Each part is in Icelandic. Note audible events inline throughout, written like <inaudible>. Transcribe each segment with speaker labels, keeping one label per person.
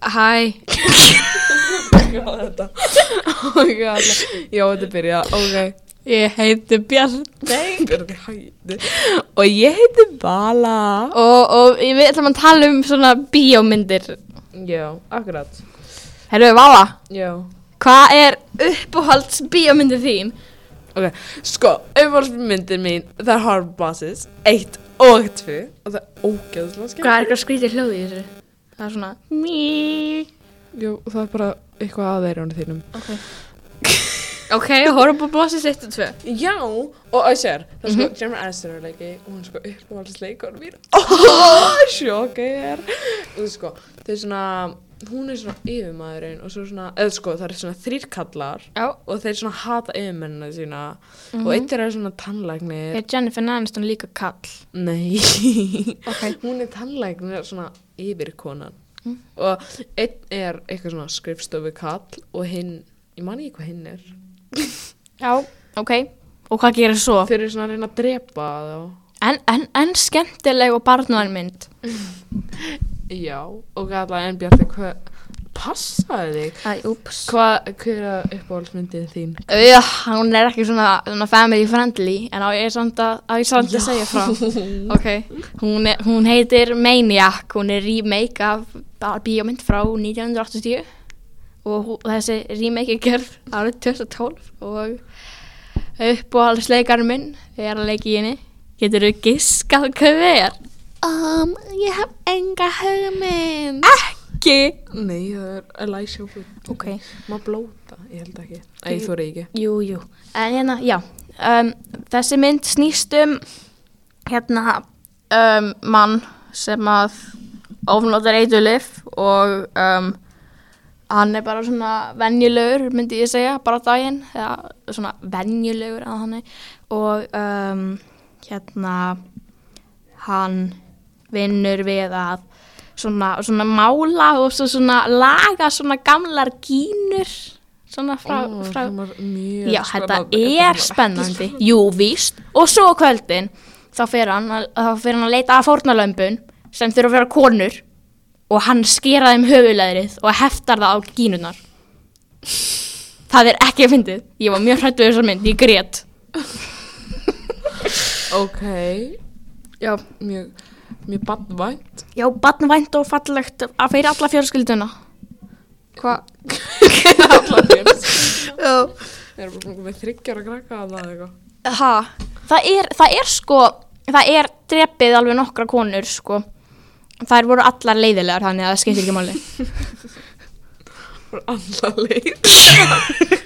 Speaker 1: <laughs>
Speaker 2: Hæ Oh my god Já, þetta byrja, ok
Speaker 1: Ég heiti Bjarney
Speaker 2: Byrja, hæ. Og ég heiti Bala
Speaker 1: og, og við ætlum að tala um svona bíómyndir
Speaker 2: Já, akkurat
Speaker 1: Herru, Vala,
Speaker 2: Já
Speaker 1: hvað er uppáhalds bíómyndir þín?
Speaker 2: Ok, sko, umvarsmyndir mín Það er Hard Bosses 1 og 2 Og það er ógeðslega skemmt
Speaker 1: Hvað er eitthvað skrítið hljóð í þessu? Það er svona Mí
Speaker 2: Jú, það er bara eitthvað að þeirra honum þínum
Speaker 1: Ok Ok, horfum á bósið sitt og tvö
Speaker 2: Já, og að sér Það er sko, Jennifer Aniston er leiki og hún er sko uppáhaldsleikur mín <laughs> oh, Sjokk ég er Og sko, þau svona Hún er svona yfirmaðurinn og svo svona Eða sko, það er svona þrýrkallar
Speaker 1: Já
Speaker 2: Og þeir svona hata yfirmennina sína
Speaker 1: Mhm.
Speaker 2: Og eitt er svona tannlæknir
Speaker 1: Er Jennifer Aniston líka kall?
Speaker 2: Nei
Speaker 1: Ok.
Speaker 2: <laughs> Hún er tannlæknir svona yfirkonan
Speaker 1: Mhm.
Speaker 2: Og einn er eitthvað svona skrifstofu kall Og hinn, ég man ekki hvað hinn er
Speaker 1: Já Ok Og hvað gerir svo?
Speaker 2: Þeir eru svona að reyna að drepa þá
Speaker 1: En, en, en skemmtileg og barnvænmynd
Speaker 2: Já, og allavega en Bjarti, hvað passaði þig?
Speaker 1: Æ, úps
Speaker 2: Hvað, hver er uppáhaldsmyndin þín?
Speaker 1: Já, hún er ekki svona, svona family friendly en á ég samt að, á ég samt að segja <laughs> frá ok, hún, er, hún heitir Maniac, hún er remake af bara bíómynd frá 1980 og hú, þessi remake er gerð árið 2012 og uppáhaldsleikar minn er að leika í henni geturðu giskað hvað það er? Um, ég hef enga hugmynd ekki
Speaker 2: <laughs> Nei, það er Elijah Wood.
Speaker 1: ok,
Speaker 2: Má blóta, ég held ekki. Æ, þú er ekki.
Speaker 1: Jú, jú, en hérna, já, um, þessi mynd snýst um hérna um, mann sem að ofnóttar eitulif og um, hann er bara svona venjulegur, myndi ég segja, bara á daginn, eða svona venjulegur að hann er og um, hérna hann vinnur við að svona, svona mála og svo svona laga svona gamlar gínur svona frá,
Speaker 2: Ó,
Speaker 1: frá
Speaker 2: það var mjög
Speaker 1: Já, þetta
Speaker 2: spennandi.
Speaker 1: er sko spennandi, jú, víst. Og svo á kvöldin, þá fer hann að, þá fer hann að leita að fórnalömbun sem þurfa að vera konur og hann skera þeim höfuleðrið og heftar það á gínunar. Það er ekki að fyndið. Ég var mjög hrættu við þessar mynd, ég grét.
Speaker 2: Ok,
Speaker 1: Já,
Speaker 2: mjög, mjög badvænt.
Speaker 1: já, barnvænt og fallegt að fyrir alla fjörskilduna. Hva?
Speaker 2: Alla fjörns.
Speaker 1: Já.
Speaker 2: Þeir eru bara með þryggjara krakka að það eitthvað.
Speaker 1: Ha, það er, það er sko, það er drepið alveg nokkra konur sko. Þær voru allar leiðilegar þannig að það skiptir ekki máli.
Speaker 2: Bara alla leið.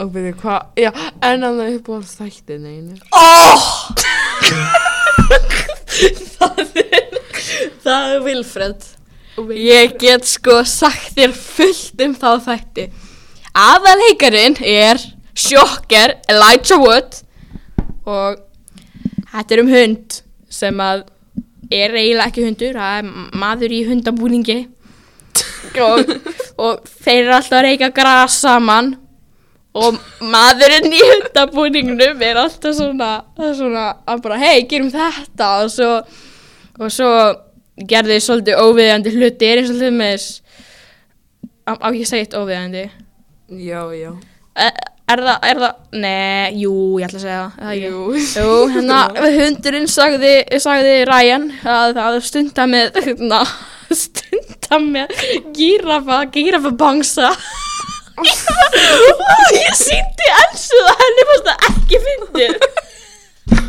Speaker 2: Og byrju, hvað, já, en að það uppáhalds þættin einu.
Speaker 1: Það er Vilfred.
Speaker 2: Og við-
Speaker 1: <laughs> Ég get sko sagt þér fullt um þá þætti. Aðalheikarin er sjokker Elijah Wood og þetta er um hund sem að er eiginlega ekki hundur, það er maður í <laughs> hundabúningi og, og þeir eru alltaf að reyka gras saman og maðurinn í hundabúningnum er alltaf svona, svona að bara hei, gerum þetta og svo og svo gerði ég svolítið óviðjandi hluti er eins og hluti með þess á, á ég að segja eitt óviðjandi
Speaker 2: Já, já.
Speaker 1: er, Eh, er það, er það, nei, jú, ég ætla að segja það, það ekki?
Speaker 2: Jú.
Speaker 1: jú, <laughs> hérna, hundurinn sagði, sagði Ryan að það stunda með, hérna, <laughs> stunda með gírafa, gírafa bangsa og ég sýndi elsu það henni fannst það ekki fyndið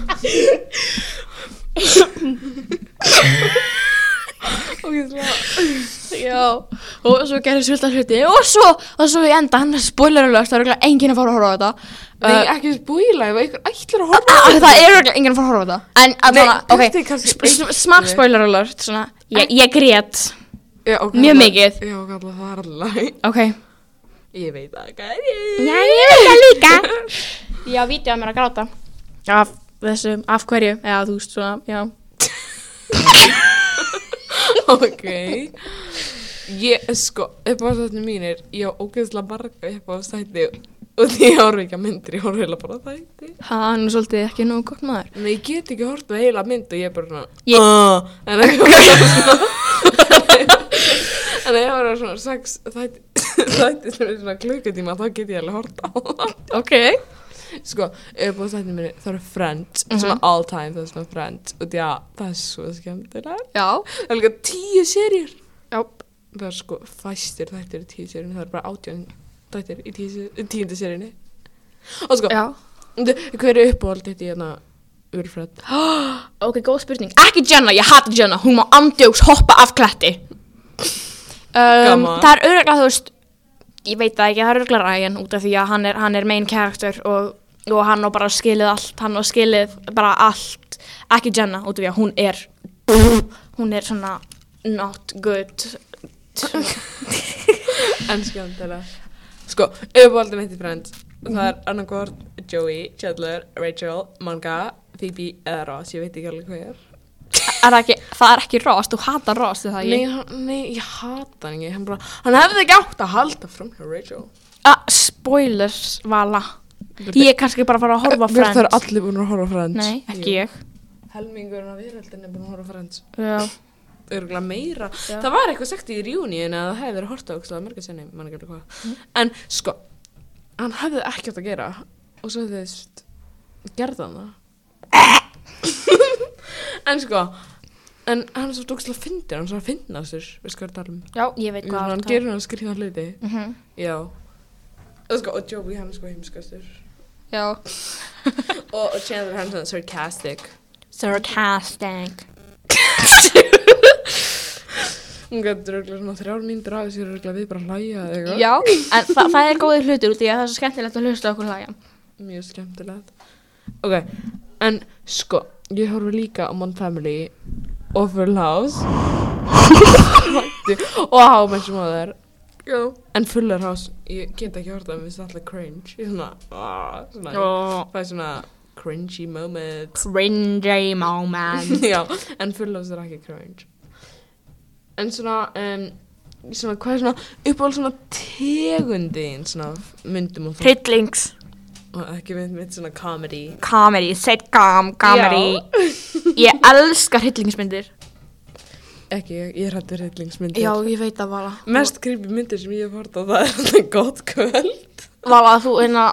Speaker 2: Og ég slá.
Speaker 1: <laughs> Já, og svo gerði svolítið að hluti og svo, og svo í enda, hann er spoiler alert, það er eiginlega enginn að fara að horfa á þetta
Speaker 2: Nei,
Speaker 1: uh,
Speaker 2: ekki spúila, ef einhver ætlar að horfa á
Speaker 1: að,
Speaker 2: þetta.
Speaker 1: Það er eiginlega enginn að fara að horfa á þetta En að
Speaker 2: Nei,
Speaker 1: þannig, ok,
Speaker 2: kannski- kannski
Speaker 1: sp- sm-
Speaker 2: eitt-
Speaker 1: smá spoiler alert, svona, ég, ég grét,
Speaker 2: Já, og
Speaker 1: Mjög
Speaker 2: kalla-
Speaker 1: mikið.
Speaker 2: Já, og kalla það er alveg.
Speaker 1: ok
Speaker 2: <laughs> Ég veit það, hvað
Speaker 1: Já, ég veit það líka Já, vítið að mér að gráta Af þessu, af hverju, eða þú veist svona, já
Speaker 2: <laughs> Ok. Ég, sko, uppáðstættin mínir, ég á ógeðslega marga uppáðstætti og því ég horf ekki að myndir, ég horf heila bara á þætti.
Speaker 1: Hann er svolítið ekki nógu gott maður
Speaker 2: Nei, ég get ekki horfð að heila mynd og ég er bara svona, <laughs>
Speaker 1: Ég-
Speaker 2: "Ah", en ekki horfð að svona sex þætti <laughs> þætti sem er svona klukkutíma þá get ég alveg hort á það
Speaker 1: Ok.
Speaker 2: sko, uppbúið þætti minni það eru Friends, svona all time það er svona Friends og já, það er svo skemmtilega
Speaker 1: Já.
Speaker 2: það er líka tíu serjur
Speaker 1: Já.
Speaker 2: það er sko fæstir þættir í tíu serjunni það er bara átján þættir í tíu, tíundu serjunni og sko,
Speaker 1: Já.
Speaker 2: hver er uppbúið þetta í hérna Urfred?
Speaker 1: Ok, góð spurning. Ekki Jenna, ég hata Jenna. Hún má andjóks hoppa af kletti. Um,
Speaker 2: Gaman.
Speaker 1: það er öruglega, þú veist, ég veit það ekki, það er öruglega Ryan út af því að hann er, hann er main character og, og hann á bara skilið allt, hann á skilið bara allt. Ekki Jenna út af því að hún er, hún er svona not good.
Speaker 2: <laughs> En skemmtilega Sko, uppáhaldið mitt í Friends Það er annarkvort Joey, Chandler, Rachel, Manga, Phoebe eða Ross, ég veit ekki alveg hver
Speaker 1: Er það, ekki, það er ekki Ross, þú hata Ross, er það
Speaker 2: Nei,
Speaker 1: ekki?
Speaker 2: hann- nei, ég hata hann ekki Hann, bara, hann hefði ekki átt að halda fram hjá Rachel
Speaker 1: Ah, spoilers, Vala. Ég er kannski bara að fara að horfa á
Speaker 2: Það eru
Speaker 1: Friends.
Speaker 2: allir búin að horfa á Friends
Speaker 1: Nei, ekki ég.
Speaker 2: Helmingurinn af veröldinni er búin að horfa á Friends
Speaker 1: Já.
Speaker 2: Örgulega meira Það var eitthvað sagt í reunion að það hefði verið horta ógstlega margir sinni, mann ekki alveg hvað
Speaker 1: Mm.
Speaker 2: En sko, hann hefði ekki átt að gera og svo þú veist gerði hann það <laughs> En sko En hann er svo dókslega fyndir, hann er svona að finna á sér Við sko að tala um
Speaker 1: Já, ég veit
Speaker 2: Ég
Speaker 1: hvað
Speaker 2: svona, Hann
Speaker 1: það
Speaker 2: gerir hann að skrifa hluti
Speaker 1: Mhm.
Speaker 2: Já Og sko, og Joey hann er sko heimskastur
Speaker 1: Já.
Speaker 2: Og, og Chandler hann er svona sarcastic
Speaker 1: Sarcastic.
Speaker 2: Hún getur örgulega svona þrjár mínútur af þessu örgulega við bara að hlæja eða eitthvað
Speaker 1: Já, <laughs> en þa það er góðir hlutur út í að það er svo skemmtilegt að hlusta á okkur hlæja.
Speaker 2: Mjög skemmtilegt. Ok, en sko, ég horfi líka á Mon Family og Full House Hættu, <laughs> og How Much Mother. Já. En Fuller House, ég get ekki horta að mér finnst alltaf cringe. Ég svona, aah, svona,
Speaker 1: Oh.
Speaker 2: það er svona cringy moment.
Speaker 1: Cringy <laughs> moment.
Speaker 2: Já, en Full House er ekki cringe. En svona, um, svona, hvað er svona, uppáhald svona tegundin, svona, af myndum og það.
Speaker 1: Trillings.
Speaker 2: Ekki mynd, mynd svona comedy.
Speaker 1: Comedy. Sitcom. Comedy. <laughs> Ég elska hryllingsmyndir.
Speaker 2: Ekki, ég, ég er hættu hryllingsmyndir.
Speaker 1: Já, ég veit það vala.
Speaker 2: Mest creepy myndir sem ég hef hort á það er þetta gott kvöld.
Speaker 1: Vala, þú einna,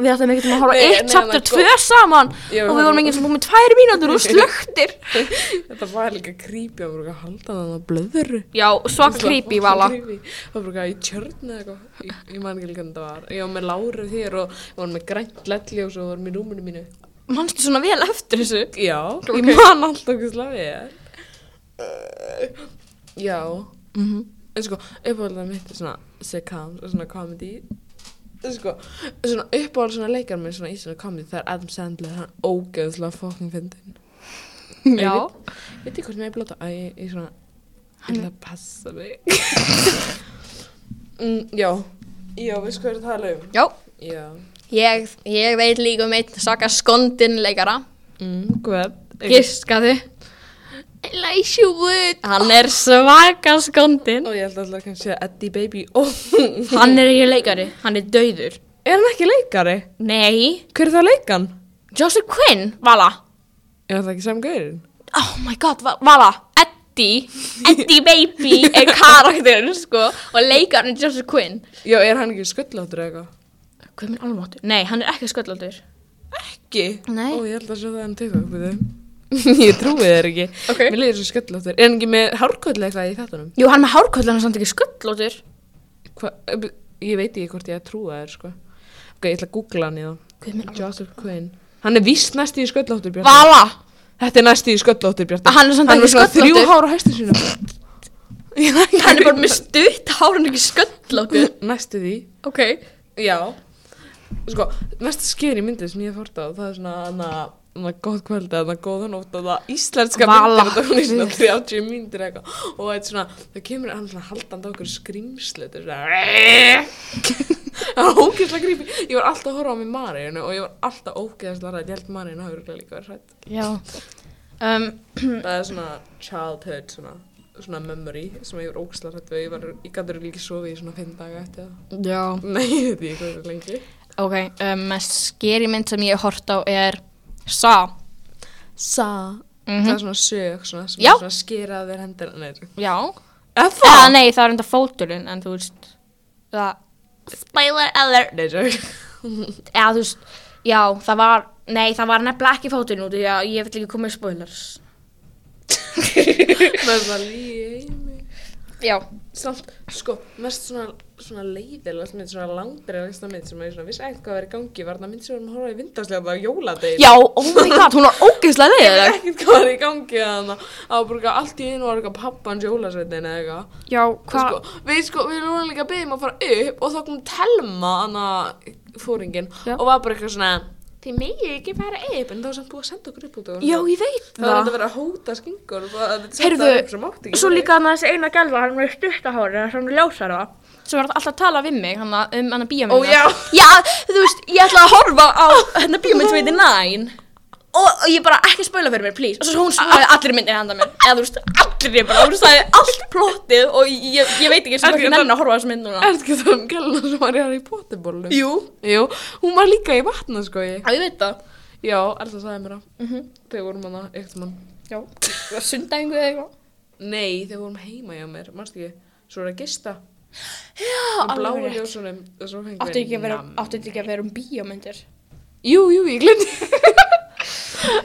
Speaker 1: við ættum ekkert um að horfa
Speaker 2: Nei,
Speaker 1: eitt
Speaker 2: nei,
Speaker 1: chapter
Speaker 2: nei,
Speaker 1: tvö saman
Speaker 2: Já,
Speaker 1: og
Speaker 2: við
Speaker 1: við vorum
Speaker 2: horfum-
Speaker 1: enginn sem búið með tvær mínútur <laughs> og slögtir.
Speaker 2: Þetta var líka creepy, það voru ekki að halda þannig að blöðuru.
Speaker 1: Já, svo creepy vala.
Speaker 2: Það voru ekki í tjörn eða eitthvað, ég, ég man ekki líka hvernig það var. Ég var með láru þér og ég var með grænt lettljós og voru með rúmunu mínu.
Speaker 1: Manstu svona vel eftir þessu?
Speaker 2: Já,
Speaker 1: Ok.
Speaker 2: ég man alltaf okkur slafið. Eh, Já,
Speaker 1: Mm -hmm.
Speaker 2: en sko, uppáhaldið mitt er svona sitcoms og svona comedy sko, svona uppáhald svona leikar með svona í svona comedy það er Adam Sandler, hann er ógeðslega fucking fyndin
Speaker 1: Já.
Speaker 2: veit ég hvort mér er blóta að ég, ég svona
Speaker 1: Hann
Speaker 2: hann er að passa <laughs> mig mm, já já, við sko erum að tala um
Speaker 1: Já.
Speaker 2: já,
Speaker 1: Ég, ég veit líka um einn saka skondinleikara.
Speaker 2: mm, hvað
Speaker 1: Giskaðu. Elijah Wood. Hann er svaka skondin.
Speaker 2: og ég held alltaf kannski að Eddie Baby <laughs> oh.
Speaker 1: Hann er ekki leikari, hann er dauður.
Speaker 2: er hann ekki leikari?
Speaker 1: Nei.
Speaker 2: hver er það leikan?
Speaker 1: Joseph Quinn, Vala.
Speaker 2: er það ekki saman gaurin?
Speaker 1: Oh my god, Va- Vala. Eddie, Eddie Baby er karakterinn, sko. Og leikarinn er Joseph Quinn.
Speaker 2: já, er hann ekki skullátur eða eitthvað?
Speaker 1: Hvað minn almáttur? Nei, hann er ekki sköllaldur.
Speaker 2: ekki
Speaker 1: Nei.
Speaker 2: Ó, ég held að sjá það hann tegum við þau <laughs> Ég trúi þér ekki
Speaker 1: Ok.
Speaker 2: Mér leiðir svo sköllóttur Er hann ekki með hárköll eitthvað í þáttunum?
Speaker 1: Jú, hann er með hárköll, hann er samt ekki sköllaldur.
Speaker 2: Hva? eh, Ég veit ekki hvort ég að trúa þér sko Ok, ég ætla að googla hann í þá
Speaker 1: Hvað minn almáttur?
Speaker 2: Joseph Quinn Hann er víst næst í sköllóttur Bjarni
Speaker 1: Vala.
Speaker 2: Þetta er næst í sköllóttur Bjarni
Speaker 1: Hann er samt
Speaker 2: Hann
Speaker 1: ekki
Speaker 2: er svona þrjú
Speaker 1: sköllóttur.
Speaker 2: hár á hæstu sínum
Speaker 1: <laughs> Hann er bara með stutt hár, hann er ekki sköllaldur.
Speaker 2: Næstu því
Speaker 1: Ok.
Speaker 2: Já Sko, mest skeri myndið sem ég hef hort á það er svona hana, hana góð kvöld eða hana góða nótt og það íslenska
Speaker 1: Vala.
Speaker 2: myndir þetta hún er svona 30 myndir eða eitthvað og það er svona, það kemur hann svona haldandi á okkur skrýmslu þetta er svona það var <laughs> ógeðslega grípi ég var alltaf að horfa á mig Maríinu og ég var alltaf ógeðslega rætt ég held Maríinu hafa örugglega líka verið rætt
Speaker 1: Já. Um,
Speaker 2: það er svona childhood svona, svona memory sem ég var ógeðslega rætt við ég, var, ég gæti líka sofið í svona 5 daga eftir það <laughs>
Speaker 1: já.
Speaker 2: nei, ég veit ekki hvað er lengi
Speaker 1: Ok, um, mest skeri mynd sem ég hef hort á er Sa.
Speaker 2: Sa
Speaker 1: Mm Mhm.
Speaker 2: það er svona sög svona, sem
Speaker 1: Já.
Speaker 2: svona skera af þér hendur nei,
Speaker 1: Já.
Speaker 2: Eða
Speaker 1: Eða
Speaker 2: það?
Speaker 1: nei, það var enda fóturinn, en þú veist, það... Spoiler alert! Nei, sorry.
Speaker 2: <laughs>
Speaker 1: Eða þú veist, já, það var, nei, það var nefnilega ekki fóturinn út, já, ég vill ekki koma í spoilers. <laughs>
Speaker 2: Með það líi heimi.
Speaker 1: Já.
Speaker 2: Samt, sko, mest svona, svona leiðilegast mynd, svona langdreilegast mynd sem ég svona vissi eitthvað að vera í gangi var það mynd sem við varum að horfa í vindaslega á jóladegin.
Speaker 1: Já, oh my god, hún var ógeðslega
Speaker 2: Ég veit
Speaker 1: leiðileg.
Speaker 2: ekkert hvað var í gangi þannig að það var bara allt í einu var eitthvað pappans jólasveitin eða eitthvað.
Speaker 1: Já,
Speaker 2: Hva? Sko, við sko, við vorum líka að byggja um að fara upp og þá kom Telma, hana fóringin,
Speaker 1: Já.
Speaker 2: og var bara eitthvað svona Þið megið ekki fara upp, en þá sem búið að senda okkur upp út og
Speaker 1: Já, ég veit
Speaker 2: Það var þetta
Speaker 1: það.
Speaker 2: að vera að hóta skingur og það að þetta
Speaker 1: Heyrðu,
Speaker 2: senda upp sem mátti ekki sko.
Speaker 1: Svo líka hann að þessi eina gælva, hann var stuttahári, hann var ljósara. Svo var hann alltaf að tala við mig, hann að, um hann að bíja
Speaker 2: Ó, já.
Speaker 1: Já, þú veist, ég ætlaði að horfa á hennar bíómynd sem heitir Nine og, og ég bara ekki spöla fyrir mér, please og svo hún spölaði allir myndir handa mér eða þú veist, allir bara, hún sagði allt plottið og ég, ég veit ekki sem
Speaker 2: Ertu
Speaker 1: ekki
Speaker 2: þetta-
Speaker 1: nenni að horfa á þessu mynd núna
Speaker 2: Er þetta ekki það um gæluna sem var í Harry Potterbólum?
Speaker 1: Jú,
Speaker 2: Jú, hún var líka í vatna sko ég
Speaker 1: já, ég veit það
Speaker 2: Já, Elsa sagði mér það
Speaker 1: mm -hmm.
Speaker 2: Þegar vorum hana, eitt mann
Speaker 1: Já, það var sundæfingu eða eitthvað
Speaker 2: Nei, þegar vorum heima hjá mér, mannst ekki Svo er að gista
Speaker 1: Já,
Speaker 2: á bláu ljósunum og svo fengum
Speaker 1: Áttu ekki að vera,
Speaker 2: nammi.
Speaker 1: áttu ekki að vera um bíómyndir
Speaker 2: Jú, jú, ég <laughs> glemdi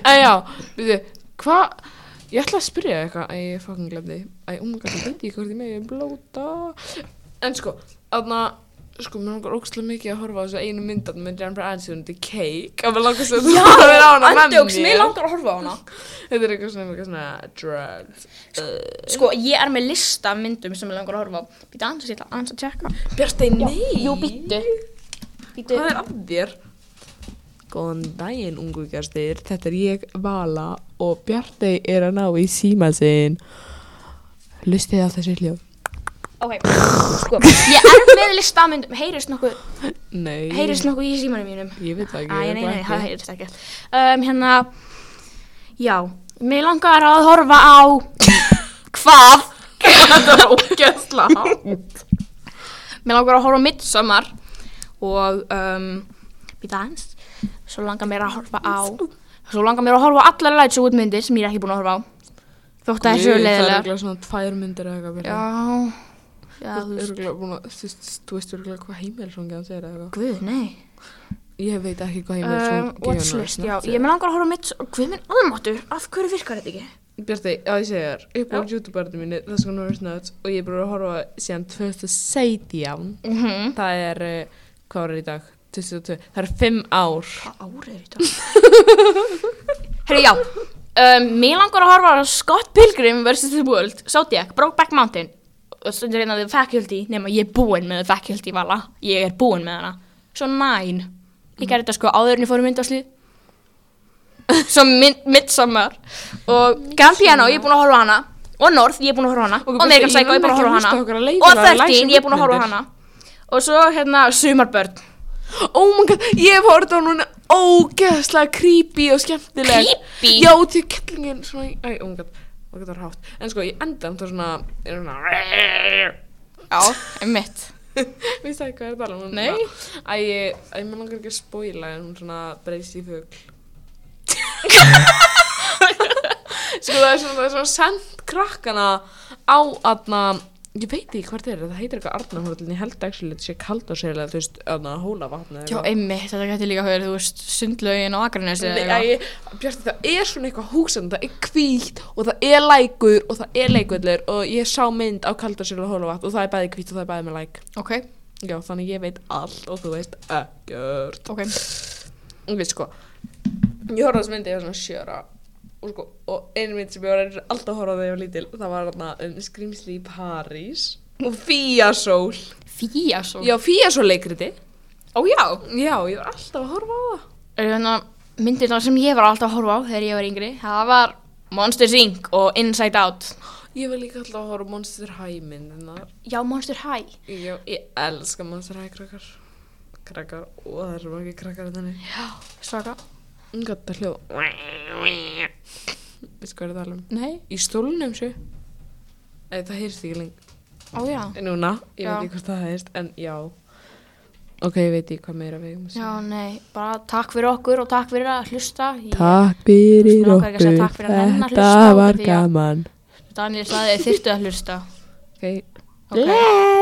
Speaker 2: En já, við þið, hvað Ég ætla að spyrja þig eitthvað Æ, ég fucking glemdi Æ, umgat, ég veit ekki hvort ég megi blóta En sko, aðna Sko, mér langar ógstlega mikið að horfa á þessu einu myndan með Jennifer Aniston, The Cake að mér langar svo að <laughs> vera á hana með
Speaker 1: andjóks, mér
Speaker 2: mér
Speaker 1: langar að horfa á hana
Speaker 2: Þetta er eitthvað svona, eitthvað svona drugs
Speaker 1: Sko, ég er með lista af myndum sem ég langar að horfa á Býta aðeins, ég ætla aðeins að tjekka
Speaker 2: Bjartey,
Speaker 1: Jú, býttu Býttu
Speaker 2: Hvað er að þér? Góðan daginn, ungu gæstir. Þetta er ég, Vala, og Bjartey er að ná í síma sinn. Lustið á þessi hljóð.
Speaker 1: Ok, sko, ég er með listamyndum, heyrist nokkuð,
Speaker 2: Nei.
Speaker 1: heyrist nokkuð í símanum mínum?
Speaker 2: Ég veit það ekki.
Speaker 1: Æ,
Speaker 2: ég
Speaker 1: nei,
Speaker 2: bara
Speaker 1: nei,
Speaker 2: ekki. <laughs>
Speaker 1: það heyrist ekki. Um, hérna, já, mér langar að horfa á,
Speaker 2: <laughs>
Speaker 1: hvað?
Speaker 2: Þetta var ógæsla.
Speaker 1: <laughs> Mér langar að horfa á midsommar og, um, býta aðeins, svo langar mér að horfa á, svo langar mér að horfa á allar lætsu útmyndir sem ég er ekki búin að horfa á. Þótt að þessu er
Speaker 2: Það er
Speaker 1: leiðilega.
Speaker 2: eitthvað svona tvær myndir eða eitthvað.
Speaker 1: Já,
Speaker 2: Bjartey.
Speaker 1: já,
Speaker 2: Þú
Speaker 1: þú
Speaker 2: veist
Speaker 1: veist,
Speaker 2: örugglega búin að- þú veist- þú veist örgulega hvað heimilsongið hans er eða eitthvað.
Speaker 1: guð, nei.
Speaker 2: Ég veit ekki hvað
Speaker 1: Um,
Speaker 2: heimilsongið
Speaker 1: Watchlist, já, ég mér langar að horfa á mitt Guð minn almáttur, af hverju virkar þetta ekki?
Speaker 2: Bjarti, já ég segja þér, upp á YouTube-barni mínu, That's Gonna Hurt Nuts og ég er bara að horfa síðan 2017,
Speaker 1: Mm -hmm.
Speaker 2: það er, eh, hvað var það í dag, 2022, það er 5 ár.
Speaker 1: Hvað árið er þetta? <laughs> Herri, já um, Mér langar að horfa á Scott Pilgrim vs. The World Zodiac, Brokeback Mountain og stundir reyna The Faculty nema ég er búinn með The Faculty, vala Ég er búinn með hana Svo Nine Ég gerði þetta sko áður en ég fór í myndaslið <laughs> Svo mynd, Midsommar og Grand Piano, ég er búinn að horfa á hana og North, ég er búinn að horfa á hana
Speaker 2: Ok,
Speaker 1: og American
Speaker 2: Birta, ég
Speaker 1: Psycho, ég er búinn að
Speaker 2: nenni
Speaker 1: horfa á hana og
Speaker 2: ekki að hlusta á okkur að leiðina að læsa
Speaker 1: 13, ég er búinn að horfa á
Speaker 2: myndmyndir.
Speaker 1: hana og svo hérna Sumarbörn
Speaker 2: Oh my god, ég hef horfð á núna ógeðslega creepy og skemmtileg.
Speaker 1: Creepy?
Speaker 2: Já, til kettlingin, svona, æ, oh my god, oh my god, það var hátt. En sko, ég enda um það svona, er svona,
Speaker 1: Já, mitt
Speaker 2: <laughs> við sagði hvað er það alveg.
Speaker 1: Nei.
Speaker 2: Æ, ég, æ, mér langar ekki að spoila en hún svona breyst í
Speaker 1: <laughs>
Speaker 2: fugl. sko það er svona, það er svona send krakkana á aðna, ég veit ekki hvað það er, það heitir eitthvað Arnarhóllin, ég held ekki að þetta sé kald á segjulega, þú veist, aðna, hólavatni
Speaker 1: Já, einmitt, þetta gæti líka að höra, þú veist, sundlaugin og Akranesi eða eitthvað.
Speaker 2: Nei, Bjarti, það er svona eitthvað húsan, það er hvítt og það er lækur og það er leikullur og ég sá mynd á kaldarsjölu og hólavatn og það er bæði hvítt og það er bæði með læk.
Speaker 1: Ok,
Speaker 2: Já, þannig ég veit allt og þú veist ekkert.
Speaker 1: ok.
Speaker 2: Og við sko, ég horfði á þessu myndi, ég var svona sjöra og sko, og einu mynd sem ég var reyndar alltaf að horfa á þegar ég var lítil, það var þarna um skrýmsli í París og Fíasól.
Speaker 1: Fía svo.
Speaker 2: Já, Fíasól leikriti.
Speaker 1: Ó já.
Speaker 2: Já, ég var alltaf að horfa á það.
Speaker 1: Þannig að myndirna hérna sem ég var alltaf að horfa á þegar ég var yngri, það var Monsters Inc. og Inside Out.
Speaker 2: Ég var líka alltaf að horfa á Monster High myndinar.
Speaker 1: Já, Monster High.
Speaker 2: Já, ég elska Monster High krakkar. Krakkar, og það eru margir krakkar þannig.
Speaker 1: Já, svaka.
Speaker 2: Gata hljóð. Við sko erum það alveg.
Speaker 1: Nei,
Speaker 2: Í stólunum sér. Nei, það heyrst ekki lengi.
Speaker 1: ó já.
Speaker 2: Núna, ég
Speaker 1: Já.
Speaker 2: veit ekki hvort það heyrst, en já. Ok, ég veit ekki hvað meira við eigum að
Speaker 1: Já,
Speaker 2: segja.
Speaker 1: nei, bara takk fyrir okkur og takk fyrir að hlusta. Ég-
Speaker 3: Takk fyrir
Speaker 1: Þú veist, mig langar ekki að
Speaker 3: okkur,
Speaker 1: segja takk fyrir að nenna að hlusta
Speaker 3: þetta
Speaker 1: út af
Speaker 3: var
Speaker 1: því að-
Speaker 3: gaman.
Speaker 1: Daniel sagði þið þyrftu að hlusta. Ok.